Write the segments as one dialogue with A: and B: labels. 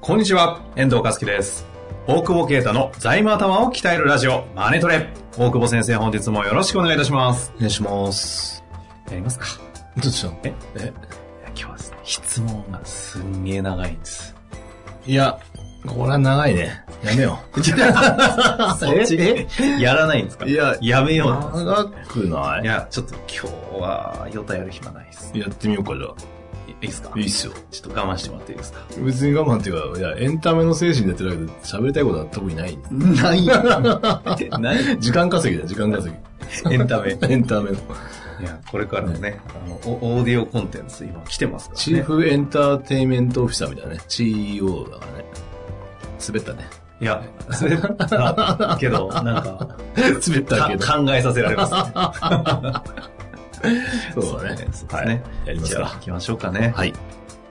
A: こんにちは、遠藤和樹です。大久保啓太の財務頭を鍛えるラジオ、マネトレ。大久保先生、本日もよろしくお願いいたします。
B: お願いします。
A: やりますか。
B: どうしたの
A: え
B: え
A: 今日はですね、質問がすんげえ長いん です。
B: いや、これは長いね。やめよ
A: そ
B: う。
A: っち
B: え
A: やらないんですか
B: いや
A: やめようと。
B: 長くないい
A: や、ちょっと今日は、よたやる暇ないです。
B: やってみようか、じゃ
A: いいいですか
B: あ。いいっすよ。
A: ちょっと我慢してもらっていいですか
B: 別に我慢っていうか、いや、エンタメの精神でやってるわけで喋りたいことは特にない。
A: ない。ない
B: 時間稼ぎだよ、時間稼
A: エンタメ。
B: ぎ。エンタメの。
A: いや、これからもね、あの、オオーディオコンテンツ今来てますからね。
B: チーフエンターテインメントオフィサーみたいなね。CEO だからね。滑 ったね。
A: いや、そ れだけど、なんか、
B: 滑ったけど。
A: か考えさせられますね。
B: そうだね。
A: そうですね。
B: やります
A: じゃあ
B: か
A: 行。きましょうかね。
B: はい。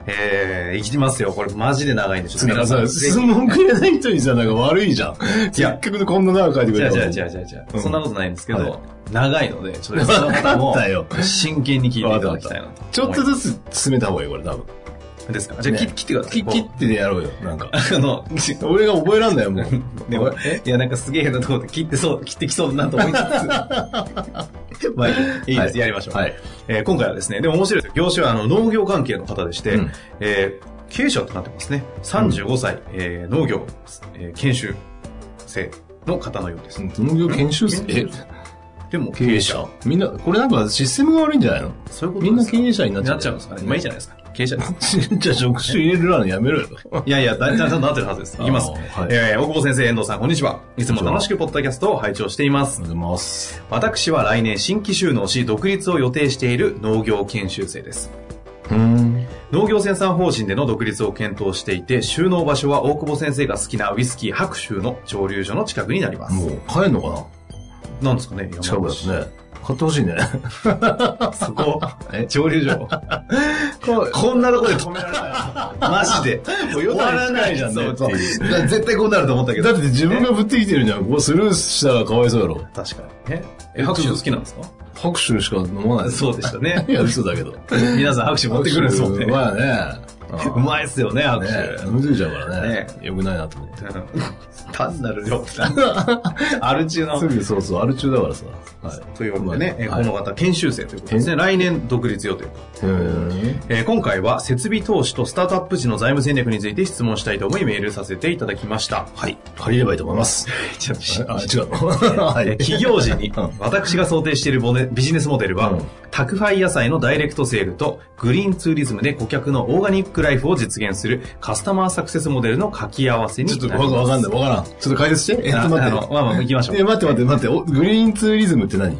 A: えー、行きますよ。これマジで長いんで、ちょっと
B: つうか
A: 皆さ
B: さ、
A: ん。
B: 質問くれない人にさ、なんか悪いじゃん。せっかくこんな長く書いてく
A: じ
B: れ
A: ゃ
B: た
A: じゃ
B: のに
A: じゃじゃじゃ
B: うん
A: そんなことないんですけど、
B: は
A: 長いので、ちょっとその方
B: わ
A: も
B: かったよ、
A: 真剣に聞いていただきたいなと。
B: ちょっとずつ進めた方がいい、これ多分。
A: つ。ですかじゃあ、
B: ね
A: 切切ってください。
B: き切ってやろうよ、なんか。
A: あの、
B: 俺が覚えらんだ よ、もう。
A: でも、いや、なんかすげえ変なところで切ってそう、切ってきそうだなと思いつ つ。まあ、いいいいです、
B: はい
A: やりましょう。
B: はい
A: えー今回はですね、でも面白いですよ。業種はあの農業関係の方でして、
B: うん
A: えー経営者となってますね。35歳、えー農業、えー研修生の方のようです。
B: 農業研修生え
A: でも、
B: 経営者みんな、これなんかシステムが悪いんじゃないの
A: そういうこと
B: みんな経
A: 経営
B: 営者になっちゃう。
A: なっちゃうんですかね。まあいいじゃないですか。経営者です。
B: ゃん。 じゃあ職種入れるのやめろよ。
A: いやいや、だいたいちゃんとなってるはずです。いきます。
B: あーはい
A: えー大久保先生、遠藤さん、こんにちは。いつも楽しくポッドキャストを拝聴しています
B: お。はようございます。
A: 私は来年新規収納し独立を予定している農業研修生です
B: うん。
A: 農業生産法人での独立を検討していて収納場所は大久保先生が好きなウイスキー白州の蒸留所の近くになります、
B: もう帰んのか
A: なんですかね
B: な近くだしね。買ってほしいね。
A: 山口そこ
B: え
A: 蒸留所こんなとこで止められないマジでもう
B: 終わらないじゃんね
A: そう
B: って
A: そう
B: いう
A: だから絶対こうなると思ったけ
B: だ
A: ど
B: って自分がぶってきてるじゃん。ここスルーしたらかわいそうやろ。
A: 確かにねえ白州好きなんですか
B: 拍手しか飲まない。
A: そうでしたね
B: いや、嘘だ けど。
A: 皆さん拍手持ってくるんですもんね
B: うまいね。
A: うまいっすよね
B: い
A: 拍手、
B: ね。飲みついちゃうからね
A: ね。
B: よくないなと思って。
A: 単なる量アル中の
B: すぐそうそう、アル中だからさ。はい。
A: というわけでね、えー
B: はい
A: この方研修生ということですね来年独立予定、
B: へー
A: えー今回は設備投資とスタートアップ時の財務戦略について質問したいと思いメールさせていただきました
B: はい。借りればいいと思います。
A: ちょっとし
B: あ、違うの は
A: えー
B: い。
A: 企業時に
B: うん
A: 私が想定しているボネビジネスモデルは、
B: うん
A: 宅配野菜のダイレクトセールとグリーンツーリズムで顧客のオーガニックライフを実現するカスタマーサクセスモデルの掛け合わせに
B: ち
A: な
B: ょっ
A: りま
B: と
A: す
B: わわかんない、わからん。ちょっと解説して。えっ
A: あ
B: と、
A: あ
B: 待っ
A: のまあまあ行きましょう
B: て。え、待って待って待ってお、グリーンツーリズムって何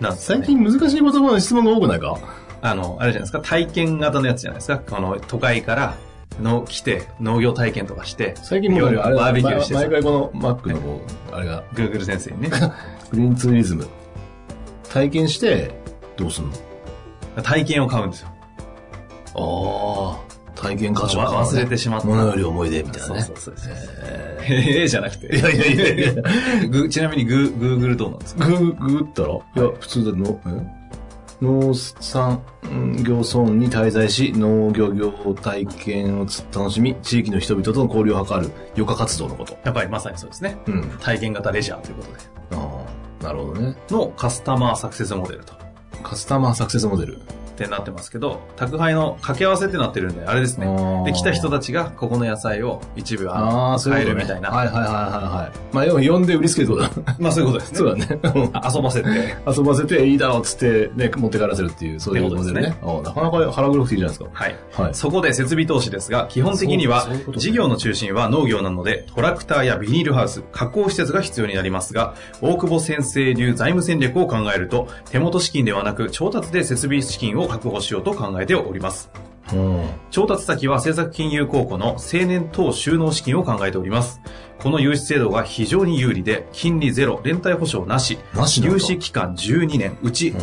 A: なんですかね
B: 最近難しい言葉の質問が多くないか
A: あの、あれじゃないですか、体験型のやつじゃないですか。この都会からの来て、農業体験とかして、
B: 最近もうなん
A: 夜
B: か
A: バ
B: あれ
A: ーベキューしてさ
B: 毎、回このマックのこう、あれが、
A: Google 先生に ね、
B: グリーンツーリズム。体験して、どうすんの
A: 体験を買うんですよ。
B: ああ、体験価値を買うね
A: 忘れてしまった。
B: 物より思い出みたいな
A: そう
B: ね
A: そ。うそうです。へえじゃなくて。
B: いやいやいやいや
A: ぐちなみにグー Google どうなんですか
B: グー、グーったらいや、普通だ、の、え農産業村に滞在し、農業業体験をつ楽しみ、地域の人々との交流を図る、余暇活動のこと。
A: やっぱりまさにそうですね。
B: うん。
A: 体験型レジャーということで。
B: ああ、なるほどね。
A: のカスタマーサクセスモデルと。
B: カスタマーサクセスモデル。
A: 店になってますけど、宅配の掛け合わせってなってるんで、あれです
B: あ
A: ね。
B: ー
A: で、来た人たちがここの野菜を一部
B: あ
A: は
B: あ、そうい
A: 買
B: う
A: え
B: こ
A: る
B: とね
A: みたい
B: は
A: な。
B: いはいはいはいはい。まあ、要は呼んで売りつけるってことだ。
A: まあそういうことですね。
B: そうだね。 うん
A: あ遊ばせて。
B: 遊ばせていいだろうっつって、ね、持って帰らせるっていう、そうい
A: っ
B: う
A: てこ
B: モ
A: とで
B: デ
A: すね
B: ルね。ああなかなか腹黒くていいじゃないです
A: はい。
B: か。はい。
A: そこで設備投資ですが、基本的には
B: そうそういうことね
A: 事業の中心は農業なので、トラクターやビニールハウス、加工施設が必要になりますが、大久保先生流財務戦略を考えると、手元資金ではなく調達で設備資金を確保しようと考えております。
B: うん。
A: 調達先は政策金融公庫の青年等収納資金を考えております。この融資制度が非常に有利で、金利ゼロ、連帯保証なし、
B: なしなんだ
A: 融資期間12年、うち、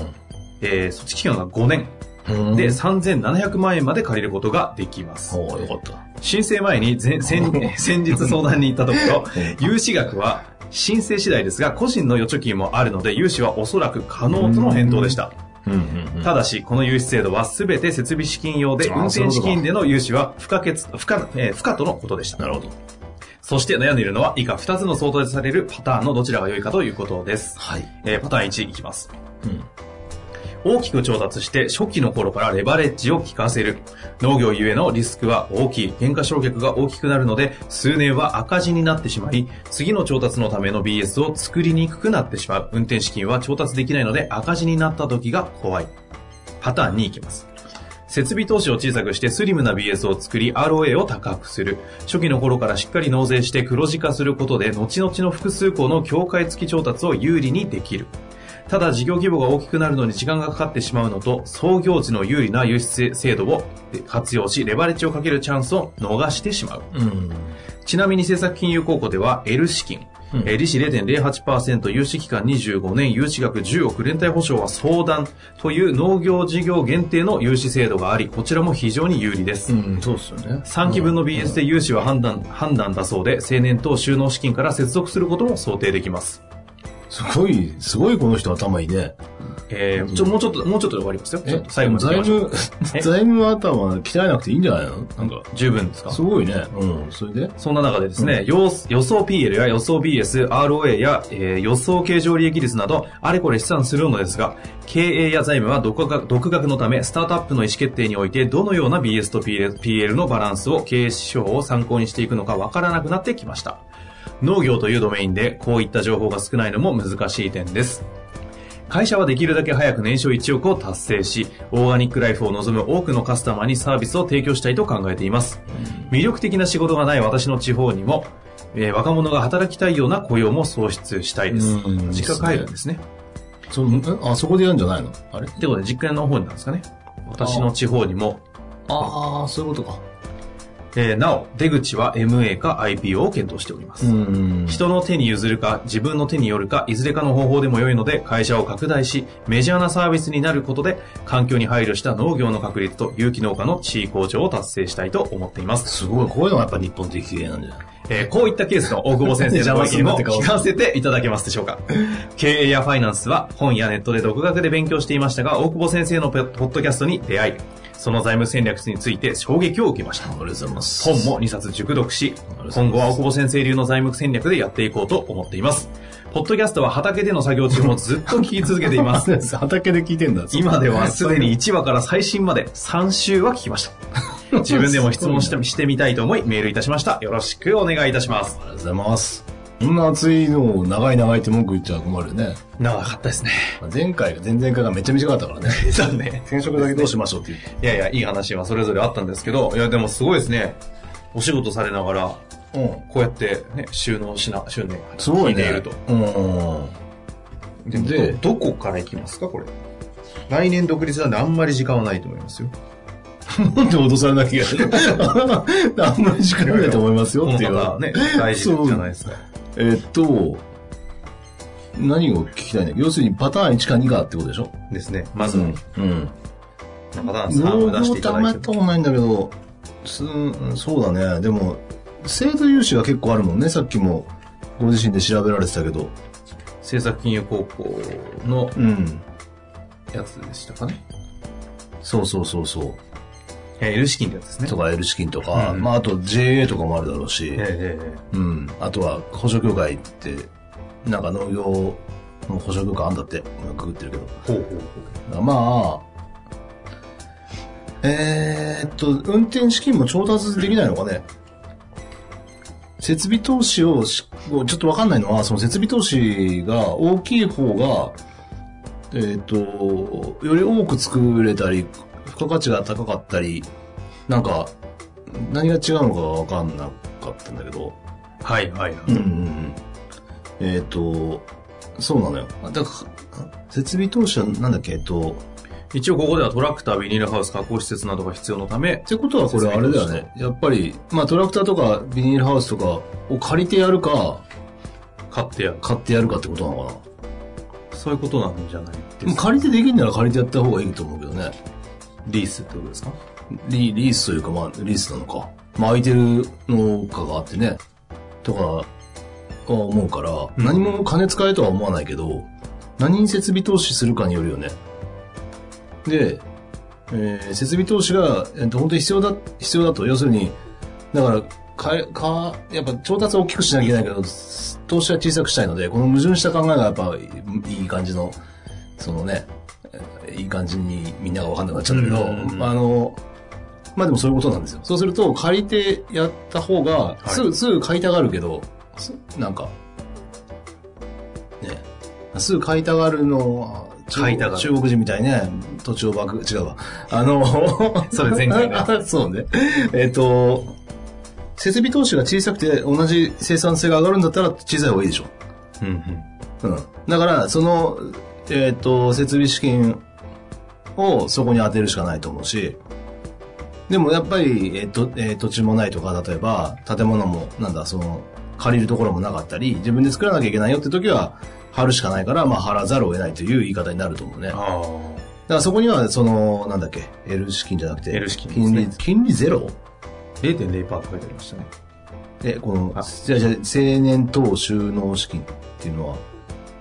A: えー措置期間が5年
B: うん。
A: で3700万円まで借りることができます。
B: おおよかった。
A: 申請前に前 先先日相談に行ったところ
B: え、
A: 融資額は申請次第ですが、個人の預貯金もあるので、融資はおそらく可能との返答でした。
B: うんうんうん。
A: ただし、この融資制度は全て設備資金用で、
B: あー
A: 運
B: そうい
A: 転
B: うこ
A: 資
B: とか
A: 金での融資は不可欠、不可、えー不可とのことでした。
B: なるほど。
A: そして悩んでいるのは、以下2つの相当されるパターンのどちらが良いかということです。
B: はい。
A: えーパターン1いきます。
B: うん。
A: 大きく調達して初期の頃からレバレッジを効かせる。農業ゆえのリスクは大きい。減価償却が大きくなるので、数年は赤字になってしまい、次の調達のための BS を作りにくくなってしまう。運転資金は調達できないので赤字になった時が怖い。パターンに行きます。設備投資を小さくしてスリムな BS を作り ROA を高くする。初期の頃からしっかり納税して黒字化することで後々の複数項の境界付き調達を有利にできる。ただ事業規模が大きくなるのに時間がかかってしまうのと創業時の有利な輸出制度を活用しレバレッジをかけるチャンスを逃してしまう。
B: うん。
A: ちなみに政策金融公庫では L 資金、
B: うん
A: えー利子0.08%、融資期間25年、融資額10億、連帯保証は相談という農業事業限定の融資制度があり、こちらも非常に有利です。
B: うん、そうっすよね。
A: 3期分の BS で融資は判断、判断だそうで、青年等収納資金から接続することも想定できます。
B: すごい、すごいこの人頭いいね。
A: えー、ちょ、もうちょっと、もうちょっとで終わりますよ。ちょっと最後まで
B: 財
A: 行きましょう。
B: 務、財務頭鍛えなくていいんじゃないのなんか、
A: 十分ですか
B: すごいね。うん、それで
A: そんな中でですね、予予想 PL や予想 BS、ROA や、えー予想経常利益率など、あれこれ試算するのですが、経営や財務は独学独学のため、スタートアップの意思決定において、どのような BS と PL, PL のバランスを経営指標を参考にしていくのかわからなくなってきました。農業というドメインで、こういった情報が少ないのも難しい点です。会社はできるだけ早く年商1億を達成し、オーガニックライフを望む多くのカスタマーにサービスを提供したいと考えています。魅力的な仕事がない私の地方にも、えー若者が働きたいような雇用も創出したいです
B: うん。
A: 実家帰るんですね。
B: そんあ、そこでやるんじゃないのあれ
A: ってことで、実家の方になんですかね。私の地方にも、
B: ああ、そういうことか。
A: えーなお、出口は MA か IPO を検討しております。
B: うん。
A: 人の手に譲るか、自分の手によるか、いずれかの方法でも良いので、会社を拡大し、メジャーなサービスになることで、環境に配慮した農業の確立と有機農家の地位向上を達成したいと思っています。
B: すごい、こういうのがやっぱ日本的経営なんじゃない
A: えーこういったケースの大久保先生のご意見も聞かせていただけますでしょうか。経営やファイナンスは本やネットで独学で勉強していましたが、大久保先生のポッポッドキャストに出会い、その財務戦略について衝撃を受けました。
B: ありがとうございます。
A: 本も2冊熟読し、今後は大久保先生流の財務戦略でやっていこうと思っています。ポッドキャストは畑での作業中もずっと聞き続けてい ます。
B: す。畑で聞いてんだ。
A: 今ではすでに1話から最新まで3週は聞きま した。自分でも質問してしてみたいと思いメールいたしました。よろしくお願いいたします。
B: ありがとうございます。こんな暑いのを長い長いって文句言っちゃ困るよね。
A: 長かったですね。
B: まあ前回が、前々回がめっちゃ短かったからね。
A: そうね。
B: 転職だけどうしましょうっていう。
A: いやいや、いい話はそれぞれあったんですけど、いや、でもすごいですね。お仕事されながら、
B: うん。
A: こうやってね、収納しな、収納が
B: すごいね。
A: 聞ていると。
B: うん。
A: で
B: で
A: ど、どこから行きますか、これ。来年独立なんであんまり時間はないと思いますよ。
B: なんで脅されなきゃい けないあんまり時間ないと思いますよ
A: この
B: っていう
A: 方
B: わ。
A: ね、大事じゃないですか。
B: えっと、何を聞きたいんだ要するにパターン1か2かってことでしょ
A: ですね。まず、
B: うん。
A: 中田さんを出して
B: 農業
A: いた
B: たま
A: だ
B: や
A: い。
B: ってたことないんだけど、すうんそうだね。でも、制度融資が結構あるもんね。さっきもご自身で調べられてたけど。
A: 政策金融高校の
B: うん。
A: やつでしたかね。
B: そうそうそうそう。
A: えー、L 資金ってやつですね。
B: とか L 資金とか、
A: うん
B: まああと JA とかもあるだろうし、
A: えええええ
B: うん。あとは補助協会って、なんか農業の補助協会あんだって、今ググってるけ
A: えほうほうほう。
B: ど。まあ、えーっと、運転資金も調達できないのかね設備投資をし、ちょっとわかんないのは、その設備投資が大きい方が、えーっと、より多く作れたり、付加価値が高かったり、なんか、何が違うのかわかんなかったんだけど、
A: はいはい。
B: うんうんうんえーっと、そうなのよ。あだから、設備投資はなんだっけ、えっと、
A: 一応ここではトラクター、ビニールハウス、加工施設などが必要のため
B: っ、てことはこれあれだよね。やっぱり、まあトラクターとかビニールハウスとかを借りてやるか、
A: 買ってやる。
B: 買ってやるかってことなのかな。
A: そういうことなんじゃない
B: で
A: で
B: も
A: すか。
B: 借りてできるなら借りてやった方がいいと思うけどね。
A: リースってことですか
B: リリースというか、まあリースなのか。まあ空いてるのかがあってね。とか、思うから、
A: ん
B: 何も金使えとは思わないけど、何に設備投資するかによるよね。で、えー設備投資が、えー、と本当に必要だ、必要だと。要するに、だから、かえ、か、やっぱ調達を大きくしなきゃいけないけど、投資は小さくしたいので、この矛盾した考えがやっぱいい感じの、そのね、えーいい感じにみんなが分かんなくなっちゃうんだけど、
A: うん
B: あの、まあでもそういうことなんですよ。そうすると、借りてやった方が、
A: い
B: すぐ、すぐ買いたがるけど、すなんか、ね、すぐ買いたがるのは、中
A: 買いたがる
B: 中国人みたいにね、土地を爆、違うわ。あの、
A: それ前回が。
B: そうね。えっ、と、設備投資が小さくて同じ生産性が上がるんだったら小さい方がいいでしょ。
A: うんうん。
B: うん。だから、その、えっ、と、設備資金をそこに当てるしかないと思うし、でもやっぱり、えっ、と、えー土地もないとか、例えば、建物も、なんだ、その、借りるところもなかったり、自分で作らなきゃいけないよって時は、貼るしかないから、まあ、貼らざるを得ないという言い方になると思うね。だか
A: あ
B: らそこには、その、なんだっけ、L 資金じゃなくて、
A: L 資金です
B: 金
A: ね
B: 利、金利ゼロ
A: あ。0.0%って書いてありましたね。
B: え、こ
A: あ
B: の、じゃあじゃあ青年等収納資金っていうのは、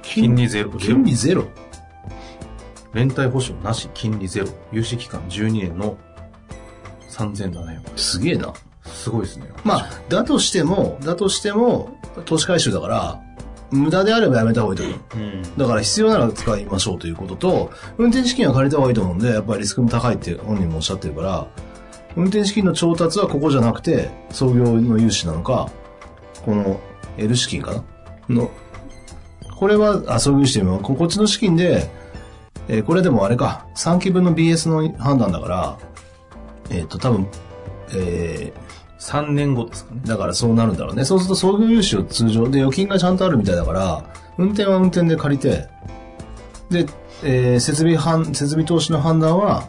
A: 金利ゼロ。
B: 金利ゼロ
A: 連帯保証なし、金利ゼロ。融資期間12年の3700円。
B: すげえな。
A: すごいですね。
B: まあ、だとしても、だとしても、投資回収だから、無駄であればやめた方がいいと思う。
A: うん。
B: だから必要なら使いましょうということと、運転資金は借りた方がいいと思うんで、やっぱりリスクも高いって本人もおっしゃってるから、運転資金の調達はここじゃなくて、創業の融資なのか、この L 資金かなの、これは、あ、創業融資というのは、ここっちの資金で、えーこれでもあれか、3期分の BS の判断だから、えっ、と、多分、えー
A: 3年後ですかね。
B: だからそうなるんだろうね。そうすると創業融資を通常で預金がちゃんとあるみたいだから、運転は運転で借りて、で、えー設備判、設備投資の判断は、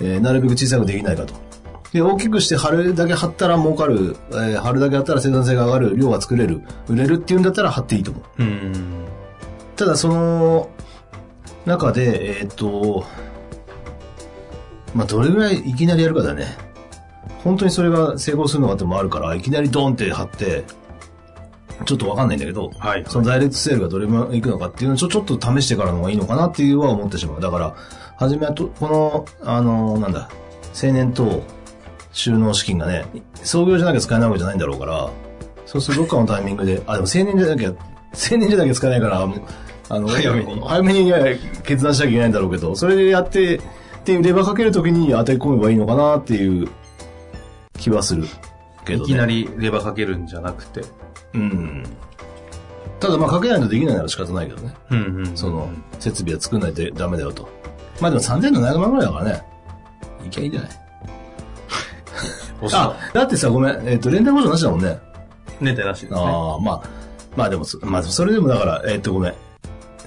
B: えーなるべく小さくできないかと。で、大きくして貼るだけ貼ったら儲かる、えー貼るだけ貼ったら生産性が上がる、量が作れる、売れるっていうんだったら貼っていいと思う。
A: うん。
B: ただその中で、えーっと、まあ、どれぐらいいきなりやるかだね。本当にそれが成功するのかってのもあるから、いきなりドンって貼って、ちょっとわかんないんだけど、
A: はい
B: そのダイレクトセールがどれぐらいいくのかっていうのをちょちょっと試してからの方がいいのかなっていうは思ってしまう。だから、はじめはと、この、あの、なんだ、青年等収納資金がね、創業じゃなきゃ使えないわけじゃないんだろうから、そうするとどっかのタイミングで、あ、でも青年じゃなきゃ、青年じゃなきゃ使えないから、もうあの、
A: 早めに
B: 早めにね決断しなきゃいけないんだろうけど、それでやって、っていうレバーかけるときに当て込めばいいのかなっていう気はするけど、
A: いき
B: ね。
A: なりレバーかけるんじゃなくて。
B: うん。ただまあかけないとできないなら仕方ないけどね。
A: うんうん。
B: その、設備は作んないとダメだよと。まあでも3700万ぐらいだからね。いきゃいいじゃない。
A: おし
B: あ、だってさ、ごめん。えっ、と、連帯保証なしだもんね。
A: ネタなしですね。
B: ああ、まあ、まあでもそ、まあそれでもだから、えっ、と、ごめん。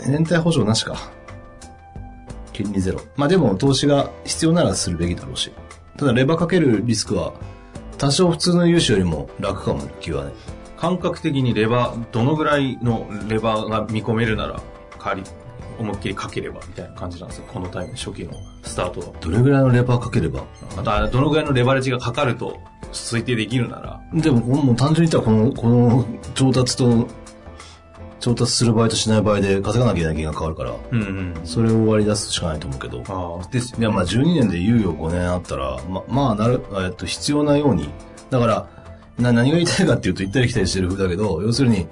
B: 連帯保証なしか。金利ゼロ。まあでも、投資が必要ならするべきだろうし。ただ、レバーかけるリスクは、多少普通の融資よりも楽かも、気はね。
A: 感覚的にレバー、どのぐらいのレバーが見込めるなら、借り、思いっきりかければみたいな感じなんですよ。このタイム、初期のスタート
B: どれぐらいのレバーかければ
A: だと。あと、どのぐらいのレバレッジがかかると推定できるなら、
B: でも、このもう単純に言ったら、この、この、調達と、調達する場合としない場合で稼がなきゃいけない金が変わるから、
A: うんうん。
B: それを割り出すしかないと思うけど。
A: ああ、ですよ
B: いや、まあ12年で猶予5年あったら、ま、まあ、なる、えっと、必要なように。だから、な、何が言いたいかっていうと、行ったり来たりしてる風だけど、要するに、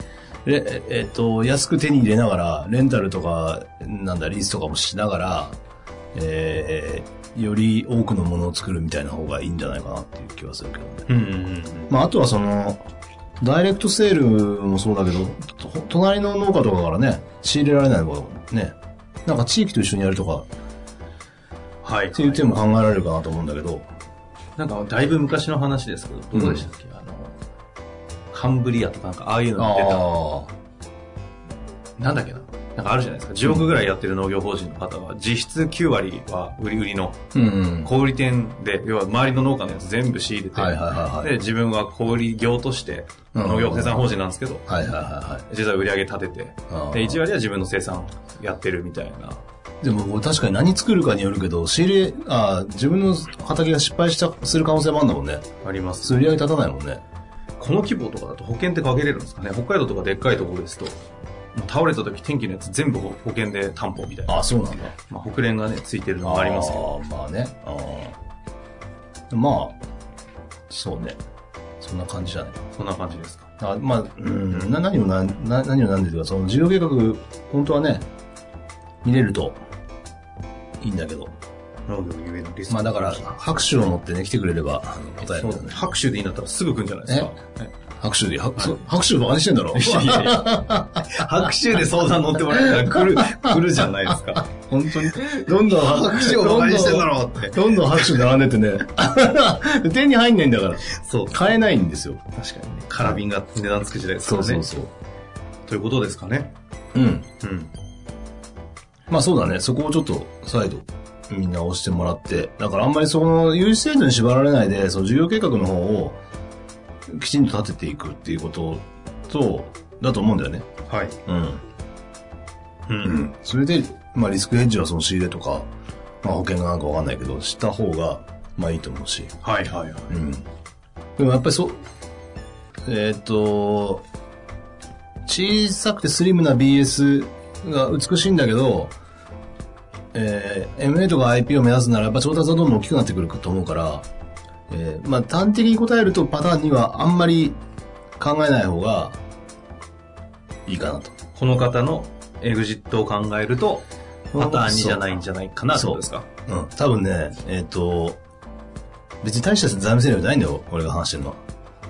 B: れええっと、安く手に入れながら、レンタルとか、なんだ、リースとかもしながら、えーより多くのものを作るみたいな方がいいんじゃないかなっていう気はするけどね。
A: うんうん
B: まあ、あとはその、ダイレクトセールもそうだけど、と隣の農家とかからね、仕入れられないものね、なんか地域と一緒にやるとか
A: はい。
B: っていう点も考えられるかなと思うんだけど、
A: なんか、だいぶ昔の話ですけど、どうでしたっけ、あの、カンブリアとかなんか、ああいうのってた
B: あ
A: なんだっけななんかあるじゃないですか。10億ぐらいやってる農業法人の方は、実質9割は売り売りの
B: あ、うん。
A: 小売店で、要は周りの農家のやつ全部仕入れて、
B: はいはいはいはい
A: で、自分は小売業として、
B: うん
A: 農業生産法人なんですけど、
B: はいはいは
A: 実は売り上げ立てて、
B: いはい。
A: で、1割は自分の生産やってるみたいな。
B: でもこれ確かに何作るかによるけど、仕入れ、あー自分の畑が失敗した、する可能性もあるんだもんね。
A: ありま
B: 普
A: す。
B: 通売り上げ立たないもんね。
A: この規模とかだと保険ってかけれるんですかね北海道とかでっかいところですと、もう倒れた時天気のやつ全部保保険で担保みたいな。
B: あ、そうなんだ。
A: まあ、北連がね、ついてるのはありますけど。
B: あーまあね。あーまあ、そうね。そんな感じじゃない
A: そんな感じですか。
B: あまあ、うん、な何をなな何をなんでというか、その事業計画、本当はね、見れるといいんだけど、
A: 農業ゆえのリスク。
B: まあだから、拍手を持ってね、来てくれれば、あの答え
A: そうん
B: る
A: だ
B: だ
A: ね
B: ね。
A: 拍手でいいんだったらすぐ来るんじゃないですか。
B: 拍手で、はそ拍手バカにしてんだろ
A: いやいや拍手で相談乗ってもらえたら来る、来るじゃないですか。
B: 本当に。どんどん拍手を
A: ど
B: ど
A: うんしてんだ
B: ど
A: ろうって
B: ん、。どんどん拍手並んでてね、 手に入んないんだから、
A: そう。
B: 買えないんですよ。
A: 確かにね。カラビンが値段つく時代ですからね。
B: そう。
A: ということですかね。
B: うん。
A: うん。
B: まあそうだね、そこをちょっと再度みんな押してもらって、だからあんまりその融資制度に縛られないで、その事業計画の方をきちんと立てていくっていうことと、だと思うんだよね。
A: はい。
B: うん。
A: う。
B: うんん。それで、まあリスクヘッジはその仕入れとか、まあ保険がなんかわかんないけど、した方がまあいいと思うし。
A: はいはいはい。
B: うん。でもやっぱりそう、えーっ、と、小さくてスリムな BS が美しいんだけど、えー MA とか IP を目指すならやっぱ調達はどんどん大きくなってくると思うから、えーまあ端的に答えるとパターンにはあんまり考えない方がいいかなと。
A: この方のエグジットを考えると、パターン2じゃないんじゃないかなってことですか。
B: うん。多分ね、えっ、と、別に大した財務戦略じゃないんだよ、俺が話してるのは。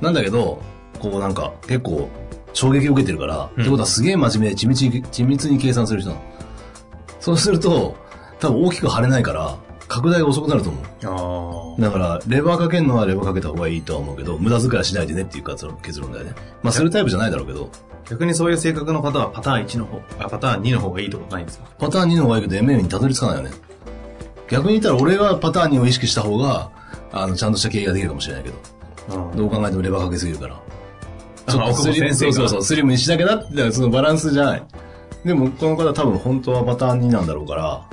B: なんだけど、こうなんか結構衝撃を受けてるから、
A: うん
B: ってことはすげえ真面目で緻密に緻密に計算する人なの。そうすると、多分大きく腫れないから、拡大が遅くなると思
A: あ
B: う。
A: あ。
B: だから、レバーかけるのはレバーかけた方がいいとは思うけど、無駄遣いはしないでねっていう結論結論だよね。まあ、するタイプじゃないだろうけど、
A: 逆にそういう性格の方はパターン1の方、あパターン2の方がいいとかないんですか
B: パターン2の方がいいけど MA にたどり着かないよね。逆に言ったら俺がパターン2を意識した方が、あの、ちゃんとした経営ができるかもしれないけど。どう考えてもレバーかけすぎるから。
A: あ
B: ちょっと
A: 奥
B: ス
A: 野
B: リム
A: 先生
B: そう
A: が
B: そうそう、スリムにしなきゃなって、だからそのバランスじゃない。でも、この方多分本当はパターン2なんだろうから、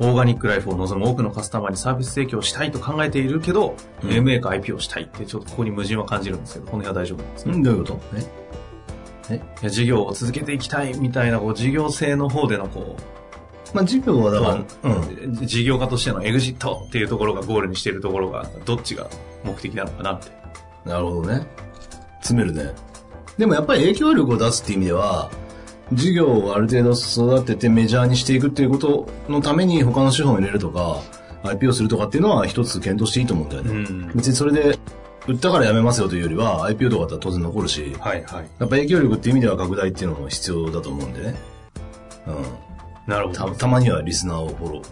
A: オーガニックライフを望む多くのカスタマーにサービス提供したいと考えているけど、
B: うん
A: MA か IP をしたいって、ちょっとここに矛盾は感じるんですけど、この辺は大丈夫なんですか、
B: んどういうことえ
A: いや事業を続けていきたいみたいな、こう、事業性の方での、こ
B: まあ、事業は
A: う、
B: だ
A: ま
B: から、うん。
A: あ、事業家としてのエグジットっていうところがゴールにしているところが、どっちが目的なのかなって。
B: なるほどね。詰めるね。でもやっぱり影響力を出すっていう意味では、事業をある程度育ててメジャーにしていくっていうことのために他の資本を入れるとか、IP をするとかっていうのは一つ検討していいと思うんだよね。
A: ん
B: 別にそれで、売ったからやめますよというよりは、IPO とかだったら当然残るし、
A: はいはい。
B: やっぱ影響力っていう意味では拡大っていうのも必要だと思うんでね。う
A: なるほ
B: ん。た
A: ど。
B: たまにはリスナーをフォロー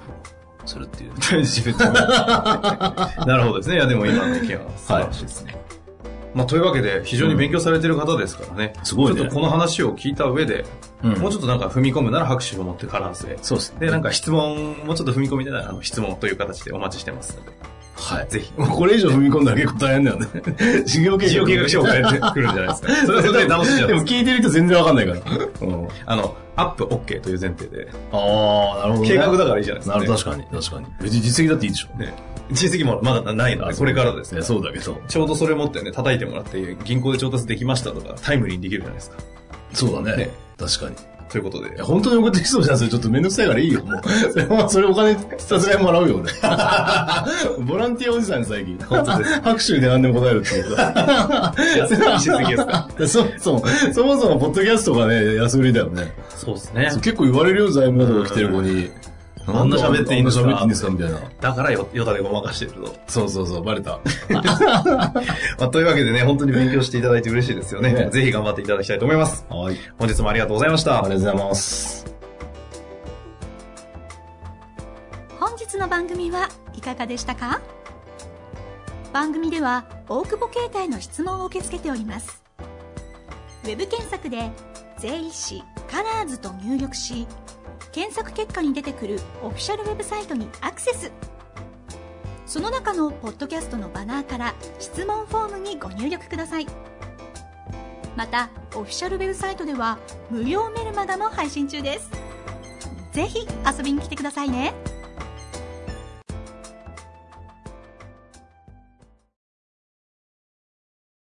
B: するっていう。
A: 自分でなるほどですね。いや、でも今の意見は素晴らしいですね。まあ、というわけで、非常に勉強されてる方ですからね。
B: すごいね
A: ちょっとこの話を聞いた上で、
B: うん
A: もうちょっとなんか踏み込むなら拍手を持ってからずで。
B: そうです
A: で、なんか質問、もうちょっと踏み込みたいなあの質問という形でお待ちしてますので。
B: はい。
A: ぜひ
B: もうこれ以上踏み込んだら結構大変だよね。事業計画。
A: 事業計画書を変えてくるんじゃないです か。それはそれで楽しいじゃな
B: で
A: い
B: も
A: ですか。
B: 聞いてる人全然わかんないから。うん。
A: あの、アップ OK という前提で。
B: ああ、なるほど、ね。
A: 計画だからいいじゃないですか
B: な
A: ね
B: るほど、確かに。確かに。別に実績だっていいでしょ。
A: ね。実績もまだないので、これからです
B: い
A: ね
B: や。そうだけど。
A: ちょうどそれ持ってね、叩いてもらって、銀行で調達できましたとか、タイムリーにできるじゃないですか。
B: そうだね。
A: ね
B: 確かに。
A: ということで
B: いや、。 本当に送ってきそうじゃん、それちょっとめんどくさいからいいよ、もう。 それはそれお金さすがにもらうよ、 俺。ボランティアおじさんに最近。
A: 本当です
B: 拍手で何でも答えるってこ とだ。
A: しすぎですか
B: そもそも、そもそも、ポッドキャストがね、安売りだよね。
A: そうですね
B: そう結構言われるよ、財務だとか来てる子に。
A: あんな喋っていいんです
B: あんな喋っていい
A: か
B: んですかみたいな。
A: だからよ、よだでごまかしてると。
B: そうそうそう、バレた。
A: まあ、というわけでね、本当に勉強していただいて嬉しいですよね。
B: ね
A: ぜひ頑張っていただきたいと思います。
B: はい。
A: 本日もありがとうございました
B: あり。がとうございます。
C: 本日の番組はいかがでしたか番組では大久保携帯の質問を受け付けておりますウェブ検索で「税理士カラーズと入力し検索結果に出てくるオフィシャルウェブサイトにアクセスその中のポッドキャストのバナーから質問フォームにご入力くださいまたオフィシャルウェブサイトでは無料メルマガも配信中ですぜひ遊びに来てくださいね